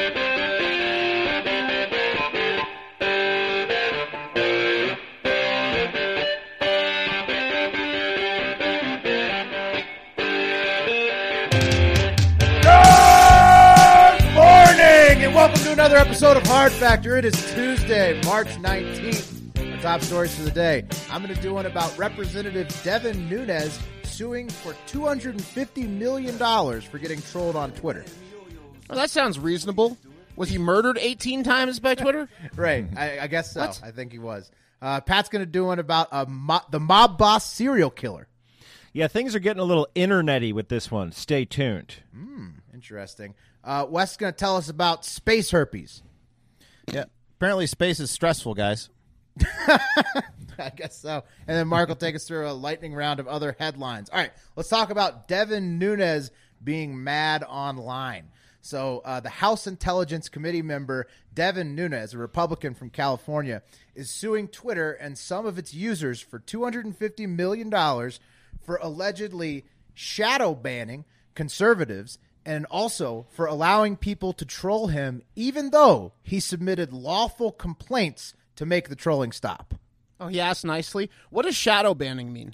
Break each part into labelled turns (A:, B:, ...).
A: Good morning, and welcome to another episode of Hard Factor. It is Tuesday, March 19th. Our top stories for the day. I'm going to do one about Representative Devin Nunes suing for $250 million for getting trolled on Twitter.
B: Well, that sounds reasonable. Was he murdered 18 times by Twitter?
A: Right, I, I guess so. I think he was. Uh, Pat's going to do one about a mo- the mob boss serial killer.
C: Yeah, things are getting a little internety with this one. Stay tuned.
A: Interesting. Uh, Wes going to tell us about space herpes.
D: Yeah. Apparently, space is stressful, guys.
A: I guess so. And then Mark will take us through a lightning round of other headlines. All right, let's talk about Devin Nunes being mad online. So, uh, the House Intelligence Committee member Devin Nunes, a Republican from California, is suing Twitter and some of its users for $250 million for allegedly shadow banning conservatives and also for allowing people to troll him, even though he submitted lawful complaints to make the trolling stop.
B: Oh, he asked nicely. What does shadow banning mean?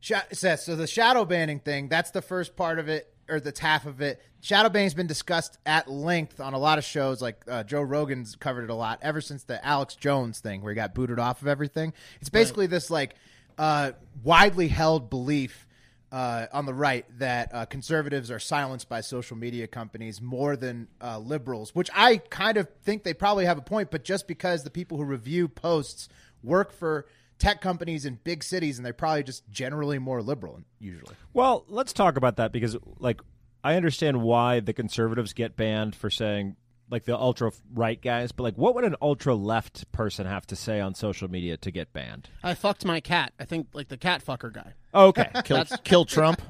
A: Sha- Seth, so the shadow banning thing, that's the first part of it, or that's half of it. Shadow banning's been discussed at length on a lot of shows, like uh, Joe Rogan's covered it a lot ever since the Alex Jones thing where he got booted off of everything. It's basically this like uh, widely held belief uh, on the right that uh, conservatives are silenced by social media companies more than uh, liberals, which I kind of think they probably have a point, but just because the people who review posts work for tech companies in big cities and they're probably just generally more liberal usually.
C: Well, let's talk about that because, like, I understand why the conservatives get banned for saying, like, the ultra right guys, but, like, what would an ultra left person have to say on social media to get banned?
B: I fucked my cat. I think like the cat fucker guy.
C: Okay.
D: Kill, kill Trump.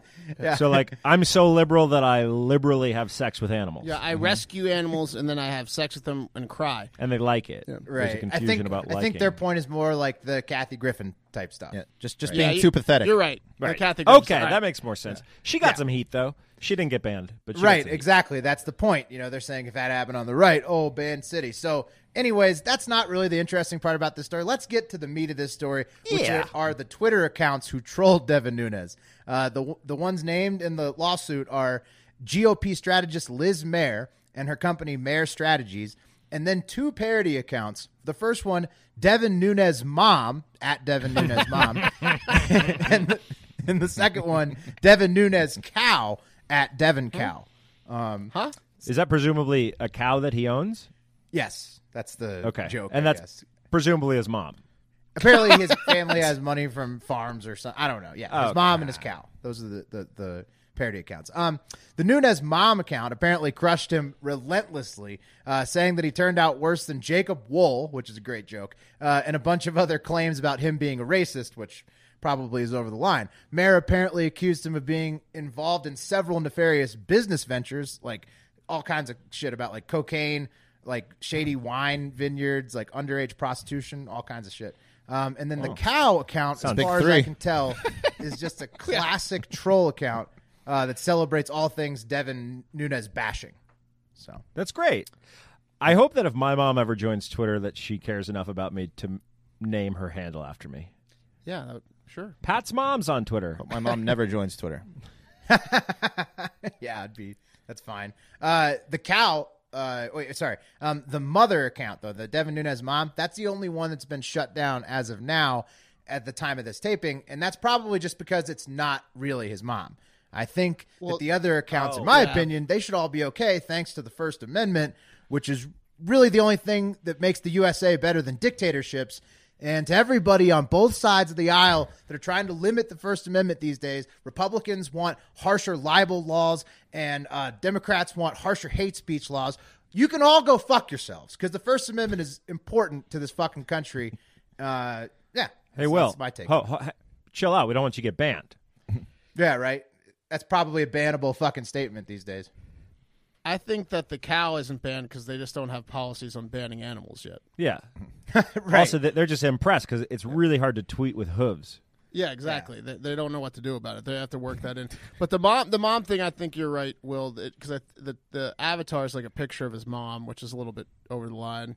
C: So, like, I'm so liberal that I liberally have sex with animals.
B: Yeah,
D: Mm-hmm.
B: I rescue animals and then I have sex with them and cry.
C: And they like it. There's a
A: I
C: confusion
A: think
C: about liking.
A: I think their point is more like the Kathy Griffin type stuff.
D: Yeah, just just
B: Yeah,
D: being
B: you-
D: too pathetic.
B: You're right. The
C: Right.
B: Catholic groups,
C: Okay,
B: all right.
C: that makes more sense. She got some heat, though. She didn't get banned, but she got
A: right
C: some heat.
A: exactly that's the point you know they're saying if that happened on the right oh ban city so anyways that's not really the interesting part about this story let's get to the meat of this story which
C: Yeah.
A: are the twitter accounts who trolled devin nunes uh, the, the ones named in the lawsuit are gop strategist liz mayer and her company mayer strategies and then two parody accounts the first one devin nunes mom at devin nunes mom and, the, and the second one devin nunes cow at devin cow Um,
C: Is that presumably a cow that he owns?
A: Yes, that's the
C: Okay.
A: joke.
C: and
A: I
C: that's
A: guess.
C: presumably his mom.
A: apparently his family has money from farms or something. I don't know. Yeah, his
C: Oh,
A: mom and his cow. Those are the, the the parody accounts. Um, the Nunes mom account apparently crushed him relentlessly, uh, saying that he turned out worse than Jacob Wool, which is a great joke, uh, and a bunch of other claims about him being a racist, which probably is over the line. Mayer apparently accused him of being involved in several nefarious business ventures, like all kinds of shit about like cocaine, like shady wine vineyards, like underage prostitution, all kinds of shit. Um, and then the cow account, as
D: Oh. big
A: far as I
D: three.
A: can tell, is just a classic troll account uh, that celebrates all things Devin Nunes bashing. So
C: That's great. I hope that if my mom ever joins Twitter, that she cares enough about me to m- name her handle after me.
B: Yeah, that- sure.
C: Pat's mom's on Twitter.
A: Oh,
D: My mom never joins Twitter.
A: yeah, it'd be that's fine. Uh, the cow. Uh, wait, sorry. Um, the mother account though, the Devin Nunes mom. That's the only one that's been shut down as of now, at the time of this taping, and that's probably just because it's not really his mom. I think that the other accounts, in my opinion, they should all be okay, thanks to the First Amendment, which is really the only thing that makes the USA better than dictatorships. And to everybody on both sides of the aisle that are trying to limit the First Amendment these days, Republicans want harsher libel laws and uh, Democrats want harsher hate speech laws. You can all go fuck yourselves because the First Amendment is important to this fucking country. Uh, yeah.
C: Hey,
A: that's,
C: Will.
A: That's my take.
C: ho- ho- chill out. We don't want you to get banned.
A: Yeah, right. That's probably a bannable fucking statement these days.
B: I think that the cow isn't banned because they just don't have policies on banning animals yet.
C: Yeah. Also, they- they're just impressed because it's really hard to tweet with hooves.
B: Yeah, exactly. They, they don't know what to do about it. They have to work that in. But the mom, the mom thing, I think you're right, Will, because the the avatar is like a picture of his mom, which is a little bit over the line.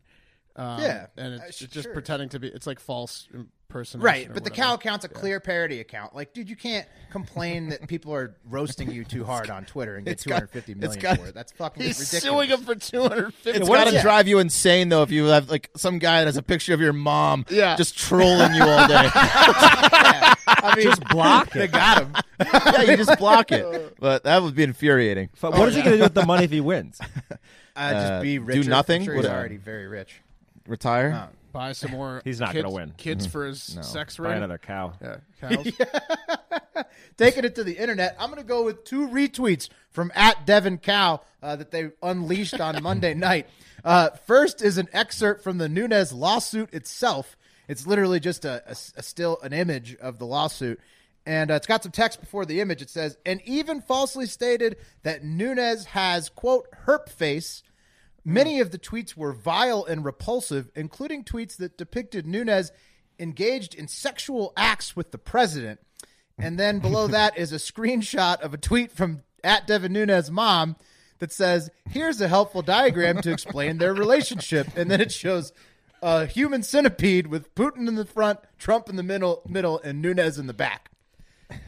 B: Um,
A: Yeah,
B: and
A: uh,
B: it's,
A: sure
B: it's just
A: is.
B: pretending to be. It's like false impersonation.
A: Right,
B: or
A: but the
B: whatever.
A: cow account's a clear parody account. Like, dude, you can't complain that people are roasting you too hard on Twitter and get
D: it's got-
A: 250
D: it's
A: million
D: got-
A: for it. That's fucking
B: He's
A: ridiculous.
B: suing him for two hundred fifty.
D: It's got to drive you insane though if you have like some guy that has a picture of your mom,
B: Yeah.
D: just trolling you all day.
A: I mean, just block They got him.
D: yeah, you just block it. But that would be infuriating.
A: Oh,
C: But what is he going to do with the money if he wins?
A: Uh, just be
D: do
A: rich.
D: nothing?
A: I'm sure he's
D: What-
A: already very rich.
D: Retire.
B: buy some more.
C: He's not
B: kids-
C: gonna win. Mm-hmm.
B: Kids for his sex ring.
C: Buy another cow.
B: Yeah, cows.
A: Taking it to the internet, I'm going to go with two retweets from at Devin Cow uh, that they unleashed on Monday night. Uh, first is an excerpt from the Nunes lawsuit itself. It's literally just a, a s- a still an image of the lawsuit. And uh, it's got some text before the image. It says, and even falsely stated that Nunes has, quote, herp face. Many of the tweets were vile and repulsive, including tweets that depicted Nunes engaged in sexual acts with the president. And then below that is a screenshot of a tweet from at Devin Nunes' mom that says, "Here's a helpful diagram to explain their relationship." And then it shows a human centipede with Putin in the front, Trump in the middle, middle, and Nunes in the back.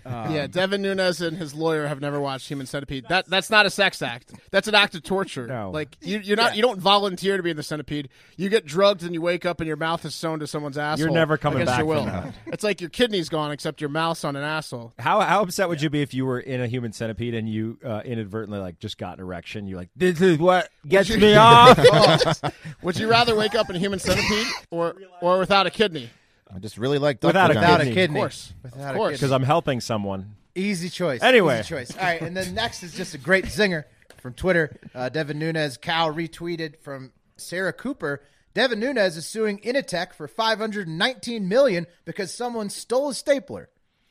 C: Um,
B: yeah, Devin Nunes and his lawyer have never watched Human Centipede. That that's not a sex act. That's an act of torture.
C: No.
B: Like you, you're not you don't volunteer to be in the centipede. You get drugged and you wake up and your mouth is sewn to someone's asshole.
C: never coming
B: against
C: back
B: Your will.
C: from that.
B: It's like your kidney's gone except your mouth's on an asshole.
C: How how upset would you be if you were in a human centipede and you uh, inadvertently like just got an erection? You're like, this is what gets me off.
B: Would you rather wake up in a Human Centipede or or without a kidney?
D: I just really like duck
C: Without a
D: vagina.
A: Without a
C: Kidney.
A: kidney,
B: Of course.
A: Without
B: Of
A: a
B: course.
A: kidney.
C: Because I'm helping someone.
A: Easy choice.
C: Anyway.
A: Easy choice. All right, and then next is just a great zinger from Twitter. Uh, Devin Nunes, Cal retweeted from Sarah Cooper. Devin Nunes is suing Initech for 519 million because someone stole a stapler.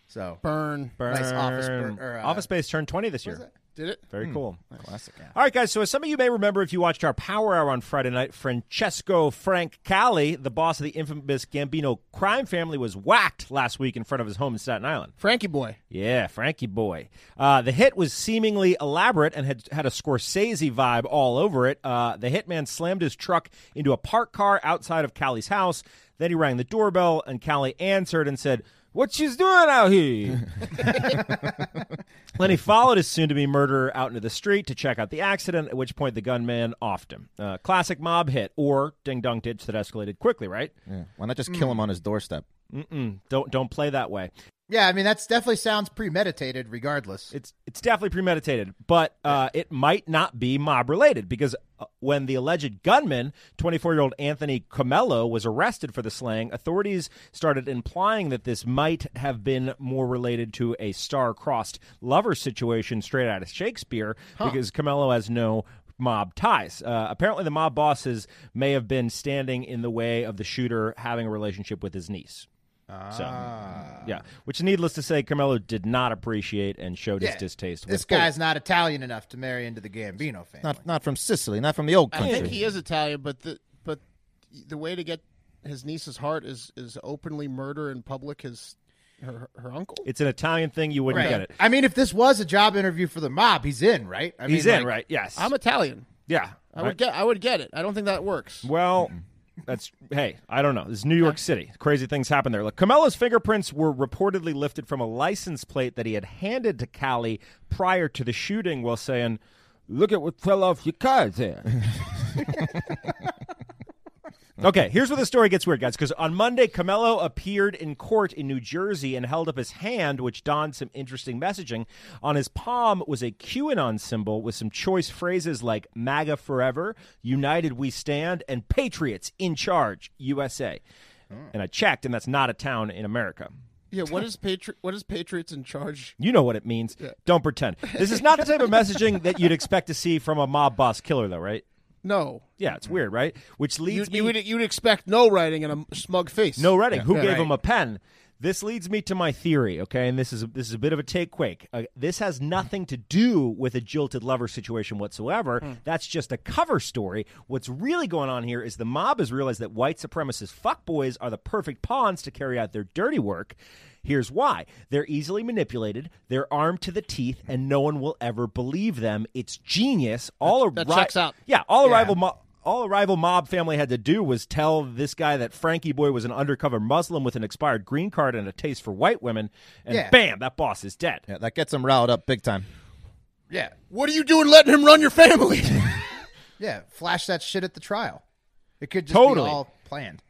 A: So
B: Burn.
A: Nice office
C: Burn.
A: bur- or, uh,
C: office Space turned 20 this year.
B: Did it?
A: Hmm.
C: Very cool. Classic. All right, guys. So, as some of you may remember, if you watched our Power Hour on Friday night, Francesco Frank Cali, the boss of the infamous Gambino crime family, was whacked last week in front of his home in Staten Island.
B: Frankie boy.
C: Yeah, Frankie boy. Uh, the hit was seemingly elaborate and had had a Scorsese vibe all over it. Uh, the hitman slammed his truck into a parked car outside of Callie's house. Then he rang the doorbell, and Callie answered and said, "What she's doing out here?" then he followed his soon-to-be murderer out into the street to check out the accident. At which point, the gunman offed him. Uh, classic mob hit or ding dong ditch that escalated quickly. Right?
D: Yeah. Why not just kill him on his doorstep?
C: Don't don't play that way.
A: yeah, I mean that's definitely sounds premeditated. Regardless,
C: it's it's definitely premeditated, but uh, it might not be mob related because uh, when the alleged gunman, 24 year old Anthony Comello, was arrested for the slaying, authorities started implying that this might have been more related to a star crossed lover situation straight out of Shakespeare because Comello has no mob ties. Uh, apparently, the mob bosses may have been standing in the way of the shooter having a relationship with his niece. So,
A: Ah.
C: yeah, which needless to say, Carmelo did not appreciate and showed
A: Yeah.
C: his distaste.
A: this
C: with bullets.
A: guy's not Italian enough to marry into the Gambino family.
D: Not not from Sicily, not from the old
B: I
D: country.
B: think he is Italian, but the but the way to get his niece's heart is is openly murder in public his her her uncle.
C: It's an Italian thing. You wouldn't
A: Right.
C: get it.
A: I mean, if this was a job interview for the mob, he's in, right? I
C: He's
A: mean,
C: in,
A: like,
C: right? Yes.
B: I'm Italian.
C: yeah.
B: I would get I would get it. I don't think that works.
C: Well, that's hey, I don't know. This is New York City. Crazy things happen there. Look, Carmelo's fingerprints were reportedly lifted from a license plate that he had handed to Callie prior to the shooting, while saying, "Look at what fell off your car there." Okay, here's where the story gets weird, guys. Because on Monday, Camelo appeared in court in New Jersey and held up his hand, which donned some interesting messaging. On his palm was a QAnon symbol with some choice phrases like MAGA forever, United we stand, and Patriots in charge, USA.
B: Hmm.
C: And I checked, and that's not a town in America.
B: Yeah, what is Patri- what is Patriots in charge?
C: You know what it means. Don't pretend. This is not the type of messaging that you'd expect to see from a mob boss killer, though, right?
B: No.
C: Yeah, it's weird, right? Which
B: Hmm. You,
C: leads me
B: you would you'd expect no writing and a smug face.
C: No Redding. Who gave
B: Right.
C: him a pen? This leads me to my theory, okay? And this is this is a bit of a take quake. Uh, this has nothing to do with a jilted lover situation whatsoever.
B: Hmm.
C: That's just a cover story. What's really going on here is the mob has realized that white supremacist fuckboys are the perfect pawns to carry out their dirty work. Here's why. They're easily manipulated, they're armed to the teeth, and no one will ever believe them. It's genius. All
B: That- that
C: arri-
B: checks out.
C: Yeah, all arrival mo- all a rival mob family had to do was tell this guy that Frankie Boy was an undercover Muslim with an expired green card and a taste for white women, and
A: Yeah.
C: bam, that boss is dead.
D: Yeah, that gets him riled up big time.
A: Yeah,
B: What are you doing letting him run your family?
A: yeah. Flash that shit at the trial. It could just
C: Totally.
A: be all planned.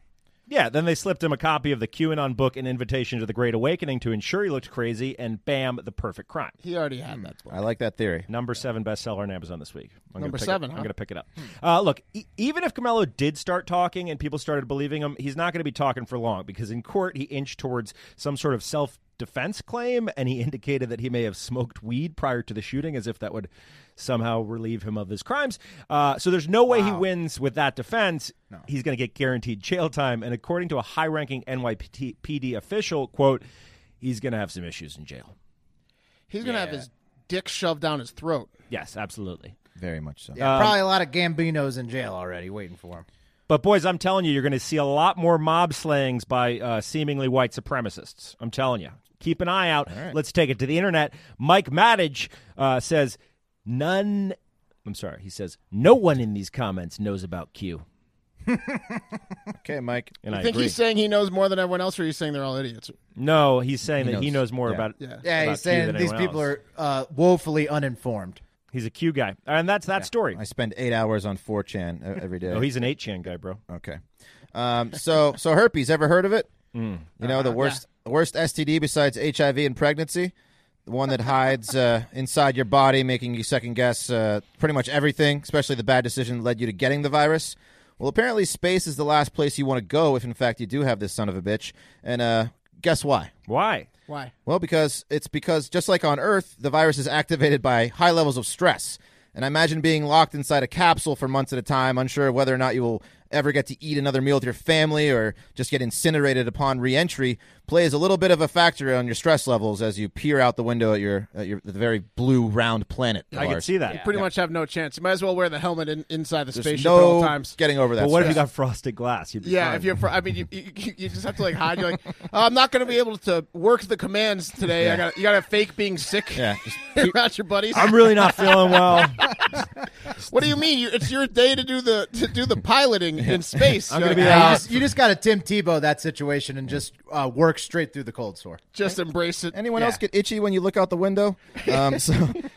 C: Yeah, then they slipped him a copy of the QAnon book and invitation to the Great Awakening to ensure he looked crazy, and bam, the perfect crime.
B: he already had that book.
D: I like that theory.
C: Number seven bestseller on Amazon this week. I'm
B: Number
C: gonna pick
B: seven,
C: It,
B: huh? Hmm.
C: I'm going to pick it up. Uh, look, e- even if Camelo did start talking and people started believing him, he's not going to be talking for long because in court he inched towards some sort of self defense claim and he indicated that he may have smoked weed prior to the shooting as if that would somehow relieve him of his crimes. Uh, so there's no way he wins with that defense. He's going to get guaranteed jail time. And according to a high ranking NYPD official, quote, he's going to have some issues in jail.
B: He's gonna have his dick shoved down his throat.
C: Yes, absolutely.
D: Very much so.
C: Um,
A: Yeah, probably a lot of Gambinos in jail already waiting for him.
C: But boys, I'm telling you, you're going to see a lot more mob slayings by uh, seemingly white supremacists. I'm telling you. Keep an eye out. Let's take it to the internet. Mike Maddich uh, says, "None." I'm sorry. He says, "No one in these comments knows about Q."
D: Okay, Mike.
C: And
B: I
C: I
B: think
C: agree.
B: he's saying he knows more than everyone else, or he's saying they're all idiots.
C: no, he's saying that he knows
D: knows.
C: more
D: Yeah.
C: about.
B: Yeah.
A: Yeah,
C: about
A: he's
C: Q
A: saying
C: than
A: these
C: anyone
A: people
C: else.
A: are uh, woefully uninformed.
C: He's a Q guy, and that's that story.
D: I spend eight hours on 4chan e- every day.
C: Oh, he's an 8chan guy, bro.
D: okay. Um, so, so herpes. Ever heard of it? You know the worst, worst STD besides HIV and pregnancy, the one that hides uh, inside your body, making you second guess uh, pretty much everything, especially the bad decision that led you to getting the virus. Well, apparently, space is the last place you want to go if, in fact, you do have this son of a bitch. And uh, guess why?
C: Why?
B: Why?
D: Well, because it's because just like on Earth, the virus is activated by high levels of stress. And I imagine being locked inside a capsule for months at a time, unsure of whether or not you will ever get to eat another meal with your family or just get incinerated upon reentry, plays a little bit of a factor on your stress levels as you peer out the window at your at your the very blue round planet. of
C: I can
D: ours.
C: see that.
B: Pretty much have no chance. You might as well wear the helmet in, inside the
D: There's
B: spaceship at all
D: no
B: times.
D: getting over that.
C: But what if
D: stress.
C: you got frosted glass? You'd be
B: yeah,
C: fine.
B: if you're, fr- I mean, you, you, you just have to like hide. You're like, oh, I'm not going to be able to work the commands today. I got, you got to fake being sick
D: Yeah, just
B: around your buddies.
C: I'm really not feeling well.
B: what do you mean? You, it's your day to do the to do the piloting in space.
C: I'm
B: You're
C: gonna be
B: like,
C: out.
B: "Ah,
A: You just, you just got to Tim Tebow that situation and just uh, work straight through the cold sore.
B: Just embrace it.
D: Anyone else get itchy when you look out the window? Um, so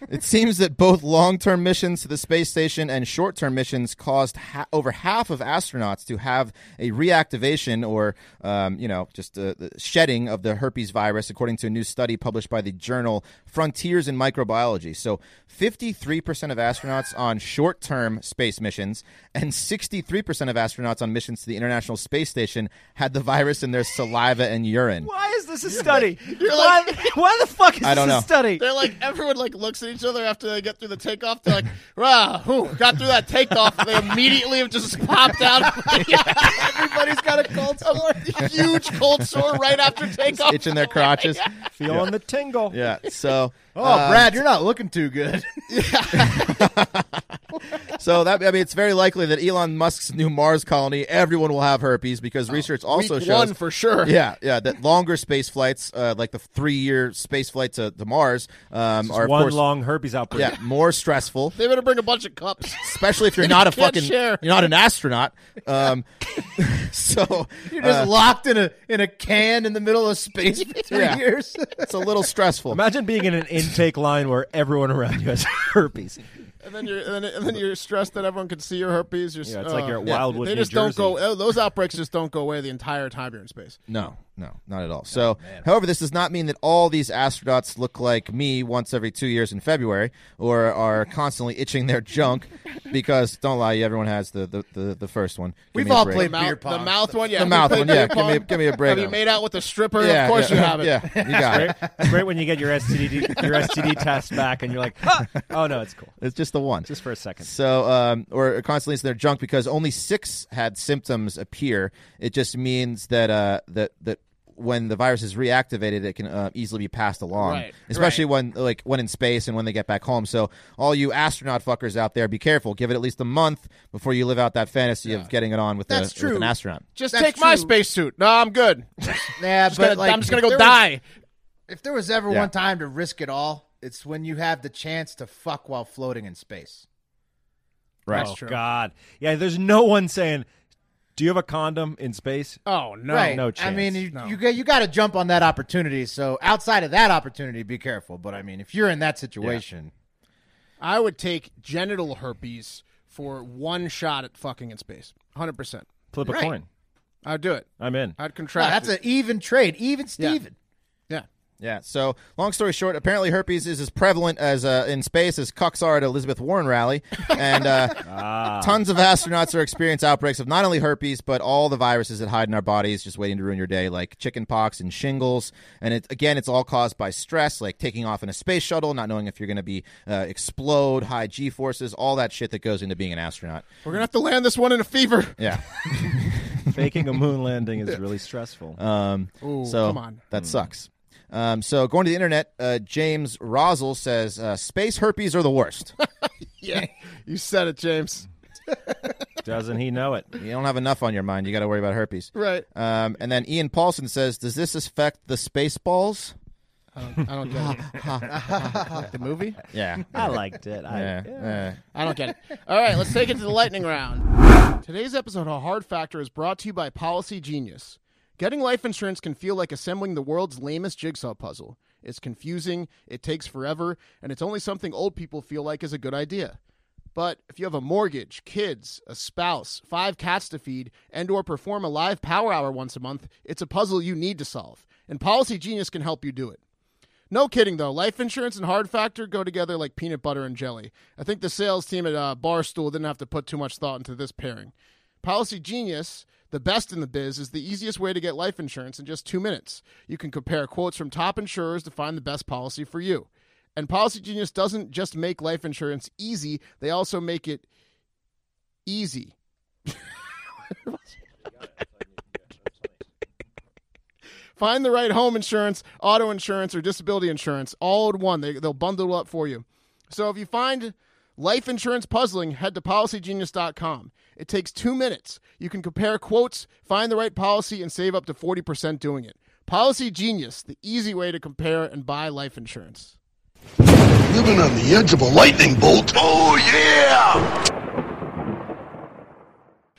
D: it seems that both long-term missions to the space station and short-term missions caused ha- over half of astronauts to have a reactivation or, um, you know, just uh, the shedding of the herpes virus, according to a new study published by the journal Frontiers in Microbiology. So 53% of astronauts on short-term space missions and 63% of astronauts on missions to the International Space Station had the virus in their saliva and urine.
C: Why is this a study?
B: like-
C: why, why the fuck is
D: I don't
C: this
D: know.
C: a study?
B: They're like everyone like looks at each other after they get through the takeoff. They're like, "Rah, who got through that takeoff?" And they immediately have just popped out. Everybody's got a cold sore, huge cold sore right after takeoff.
D: Itching their crotches.
C: Feeling the tingle.
D: Yeah. So,
A: Oh,
D: uh,
A: Brad, you're not looking too good.
D: so that I mean, it's very likely that Elon Musk's new Mars colony, everyone will have herpes because research also
B: Oh, Week
D: shows.
B: one for sure.
D: yeah, yeah. That longer space flights, uh, like the three-year space flight to, to Mars, um, are of
C: One
D: course,
C: long herpes outbreak.
D: yeah, more stressful.
B: They better bring a bunch of cups.
D: Especially if you're not a
B: Can't
D: fucking,
B: share.
D: you're not an astronaut. Um, so
A: You're just
D: uh,
A: locked in a in a can in the middle of space for three
D: Yeah.
A: years.
D: it's a little stressful.
C: Imagine being in an intake line where everyone around you has herpes.
B: And then you're and then, and then you're stressed that everyone can see your herpes. You're, s-
C: Yeah, it's like
B: uh,
C: you're at Wildwood,
B: They
C: New
B: just
C: Jersey.
B: don't go. oh, Those outbreaks just don't go away the entire time you're in space.
D: No, no, not at all. so, however, this does not mean that all these astronauts look like me once every two years in February or are constantly itching their junk because, don't lie, everyone has the, the, the, the first one. Give
A: We've
D: me a
A: all
D: break.
A: played
B: Mouth-
A: beer
B: the
A: pong.
B: mouth one, yeah.
D: The
B: We
D: mouth
B: played
D: one, yeah.
B: beer
D: Give me,
B: pong.
D: give me a break.
B: Have you
D: on
B: made
D: it.
B: out with a stripper?
D: yeah,
B: of course
D: yeah,
B: you haven't.
D: Yeah, you got it.
C: It's great when you get your STD your STD test back and you're like, "Huh." oh no, it's cool.
D: It's just the one.
C: Just for a second.
D: So, um, or constantly it's in their junk because only six had symptoms appear. It just means that uh, that that when the virus is reactivated, it can uh, easily be passed along,
B: Right,
D: especially when like when in space and when they get back home. So, all you astronaut fuckers out there, be careful. Give it at least a month before you live out that fantasy of getting it on with,
A: That's
D: a,
A: true.
D: with an astronaut.
B: Just
A: That's
B: take my
A: true.
B: spacesuit. No, I'm good.
A: Yeah,
B: Just
A: but
B: gonna-
A: like,
B: I'm just gonna
A: if
B: go
A: there was-
B: die.
A: if there was ever
D: Yeah.
A: one time to risk it all, it's when you have the chance to fuck while floating in space.
D: Right.
C: oh God, yeah. There's no one saying, "Do you have a condom in space?"
B: Oh no.
A: right.
C: no
A: I
C: chance.
A: mean, you you, got- you got to jump on that opportunity. So outside of that opportunity, be careful. But I mean, if you're in that situation,
B: I would take genital herpes for one shot at fucking in space. Hundred percent.
C: Flip a
A: Right.
C: coin.
B: I'd do it.
C: I'm in.
B: I'd
A: no,
B: contract.
A: that's
B: it.
A: an even trade, even Steven.
B: Yeah.
D: Yeah. So, long story short, apparently herpes is as prevalent as uh, in space as cucks are at Elizabeth Warren rally, and uh,
B: Ah.
D: tons of astronauts are experiencing outbreaks of not only herpes but all the viruses that hide in our bodies, just waiting to ruin your day, like chickenpox and shingles. And it, again, it's all caused by stress, like taking off in a space shuttle, not knowing if you're going to be uh, explode, high g forces, all that shit that goes into being an astronaut.
B: We're gonna have to land this one in a fever.
D: Yeah.
C: Faking a moon landing is really stressful.
D: Uh,
B: Ooh,
D: So
B: come on. Hmm.
D: that sucks. Um, so going to the internet, uh, James Rosal says uh, space herpes are the worst.
B: Yeah. You said it, James.
C: Doesn't he know it?
D: You don't have enough on your mind. You got to worry about herpes.
B: Right.
D: Um, and then Ian Paulson says, "Does this affect the space balls?"
B: I don't, I don't get it. Like the movie?
D: Yeah.
C: I liked it. I,
D: Yeah. yeah.
B: I don't get it. All right, let's take it to the lightning round. Today's episode of Hard Factor is brought to you by Policy Genius. Getting life insurance can feel like assembling the world's lamest jigsaw puzzle. It's confusing, it takes forever, and it's only something old people feel like is a good idea. But if you have a mortgage, kids, a spouse, five cats to feed, and or perform a live power hour once a month, it's a puzzle you need to solve. And Policy Genius can help you do it. No kidding though. Life insurance and hard factor go together like peanut butter and jelly. I think the sales team at uh, Barstool didn't have to put too much thought into this pairing. Policy Genius, the best in the biz, is the easiest way to get life insurance in just two minutes. You can compare quotes from top insurers to find the best policy for you. And Policy Genius doesn't just make life insurance easy; they also make it easy. Find the right home insurance, auto insurance, or disability insurance all in one. They, they'll bundle up for you. So if you find life insurance puzzling, head to policygenius.com. It takes two minutes. You can compare quotes, find the right policy, and save up to 40% doing it. Policy Genius, the easy way to compare and buy life insurance.
E: Living on the edge of a lightning bolt. Oh, yeah!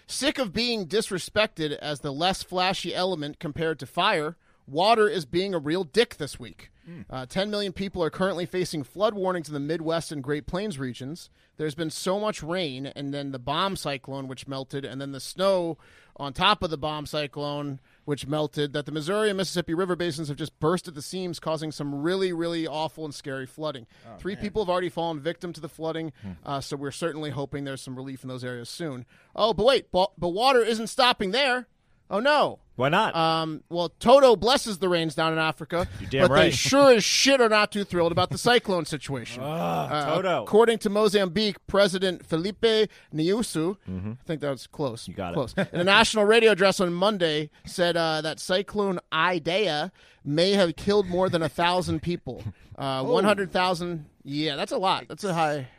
B: Sick of being disrespected as the less flashy element compared to fire, water is being a real dick this week. Uh, 10 million people are currently facing flood warnings in the Midwest and Great Plains regions. There's been so much rain, and then the bomb cyclone, which melted, and then the snow on top of the bomb cyclone, which melted, that the Missouri and Mississippi River basins have just burst at the seams, causing some really, really awful and scary flooding.
C: Oh,
B: Three people have already fallen victim to the flooding,
C: Hmm.
B: uh, so we're certainly hoping there's some relief in those areas soon. Oh, but wait, but, but water isn't stopping there. Oh, no.
C: Why not?
B: Um, well, Toto blesses the rains down in Africa,
C: damn
B: but they
C: right.
B: sure as shit are not too thrilled about the cyclone situation. Uh,
C: Toto.
B: According to Mozambique President Felipe Nyusu, I think that was close. You
C: got it.
B: close. In a national radio address on Monday, said uh, that Cyclone Idea may have killed more than a thousand people. Uh, One hundred thousand. Yeah, that's a lot. That's a high.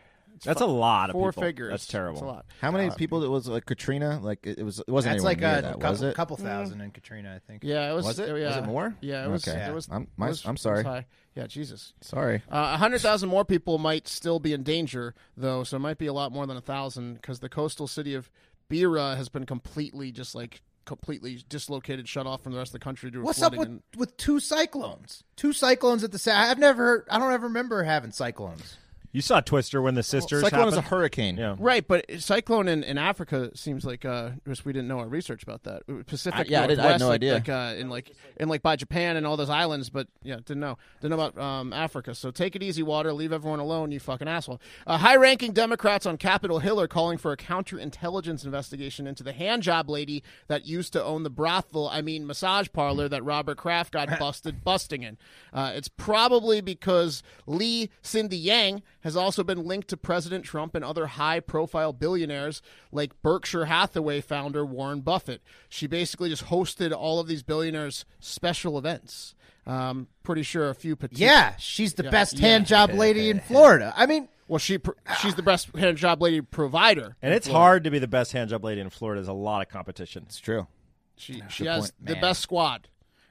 C: That's a lot of
B: Four
C: people.
B: figures.
C: That's terrible.
B: That's a lot.
D: How many people? It was like Katrina. Like it, it was. It wasn't
A: That's
D: anywhere
A: like
D: near
A: a
D: that,
A: couple,
D: was it?
A: couple thousand in Katrina, I think.
B: Yeah, it was.
D: Was it?
B: Yeah.
D: Was it more?
B: Yeah, it was.
D: Okay.
B: It was.
D: I'm- my-
B: it was- it
D: I'm
B: was
D: sorry.
B: high. Yeah, Jesus.
D: Sorry.
B: Uh, A hundred thousand more people might still be in danger, though, so it might be a lot more than a thousand because the coastal city of Bira has been completely just like completely dislocated, shut off from the rest of the country due to
A: What's up
B: flooding.
A: with,
B: and-
A: with two cyclones? Two cyclones at the same. I've never heard. I don't ever remember having cyclones.
C: You saw Twister when the sisters.
D: Cyclone is a
C: happened.
D: hurricane.
C: Yeah.
B: Right, but cyclone in, in Africa seems like uh, just we didn't know our research about that. Uh, Pacific
D: I- yeah, I did-
B: Northwest,
D: I had no
B: like,
D: idea.
B: Like uh, in like in like by Japan and all those islands, but yeah, didn't know didn't know about um, Africa. So take it easy, water. Leave everyone alone, you fucking asshole. Uh, high-ranking Democrats on Capitol Hill are calling for a counterintelligence investigation into the handjob lady that used to own the brothel, I mean massage parlor that Robert Kraft got busted busting in. Uh, it's probably because Lee Cindy Yang has also been linked to President Trump and other high profile billionaires like Berkshire Hathaway founder Warren Buffett. She basically just hosted all of these billionaires' special events. Um, pretty sure a few petite.
A: Yeah, she's the best
B: yeah.
A: hand job lady in Florida. I mean,
B: Well, she pr- she's the best hand job lady provider.
C: And it's hard to be the best hand job lady in Florida. There's a lot of competition.
D: It's true.
B: She she has
D: point,
B: the best squad.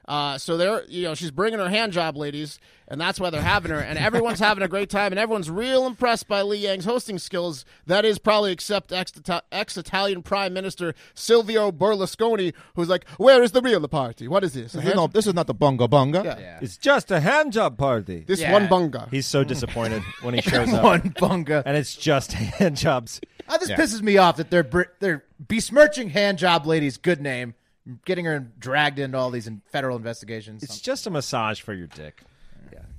B: Uh, so they're you know she's bringing her hand job ladies, and that's why they're having her, and everyone's having a great time, and everyone's real impressed by Li Yang's hosting skills. That is probably except ex Italian Prime Minister Silvio Berlusconi, who's like, "Where is the real party? What is this? A
D: This is,
B: hand-
D: no, this is not the bunga bunga.
B: Yeah.
C: It's just a hand job party.
B: this
A: Yeah.
B: one bunga."
C: He's so disappointed when he shows up,
A: one bunga.
C: and it's just hand jobs.
A: Oh, this pisses me off that they're br- they're besmirching hand job lady's good name, getting her dragged into all these in- federal investigations.
C: It's just a massage for your dick.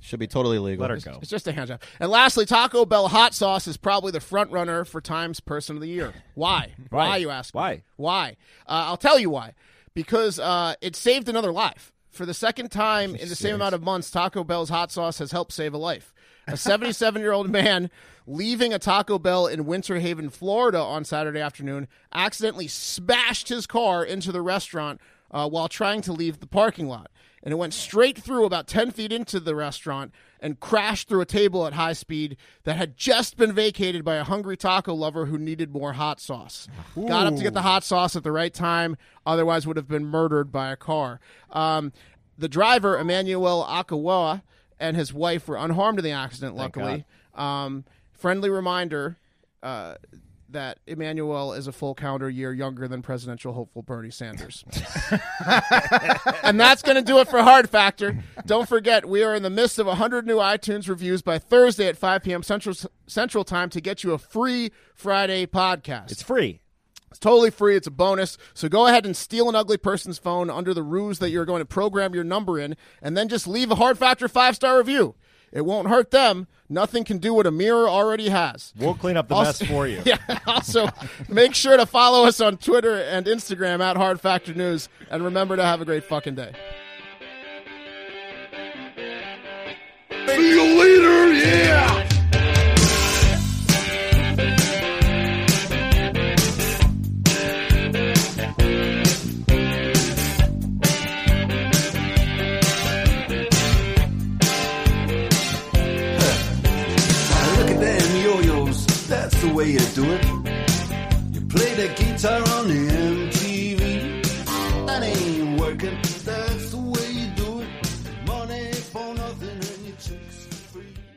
D: Should be totally legal.
C: Let her go.
B: It's just a hand job. And lastly, Taco Bell hot sauce is probably the front runner for Times Person of the Year. Why? why? you ask? me?
C: Why?
B: Why? Uh, I'll tell you why. Because uh, it saved another life. For the second time in the same amount of months, Taco Bell's hot sauce has helped save a life. A 77 year old man leaving a Taco Bell in Winter Haven, Florida on Saturday afternoon accidentally smashed his car into the restaurant uh, while trying to leave the parking lot. And it went straight through about 10 feet into the restaurant and crashed through a table at high speed that had just been vacated by a hungry taco lover who needed more hot sauce. Got up to get the hot sauce at the right time, otherwise, would have been murdered by a car. Um, the driver, Emmanuel Akawa, and his wife were unharmed in the accident, luckily. Um, friendly reminder. Uh, that Emmanuel is a full calendar year younger than presidential hopeful Bernie Sanders. and that's going to do it for Hard Factor. Don't forget, we are in the midst of 100 new iTunes reviews by Thursday at 5 p.m. Central Central Time to get you a free Friday podcast.
C: It's free.
B: It's totally free. It's a bonus. So go ahead and steal an ugly person's phone under the ruse that you're going to program your number in, and then just leave a Hard Factor five star review. It won't hurt them. Nothing can do what a mirror already has.
C: We'll clean up the mess
B: Also-
C: for you.
B: Yeah. Also, make sure to follow us on Twitter and Instagram at Hard Factor News, and remember to have a great fucking day.
E: See you later, yeah!
F: Now look at them yo-yos, that's the way you do it. You play the guitar on the MTV. That ain't working, that's the way you do it. Money for nothing and your chicks free.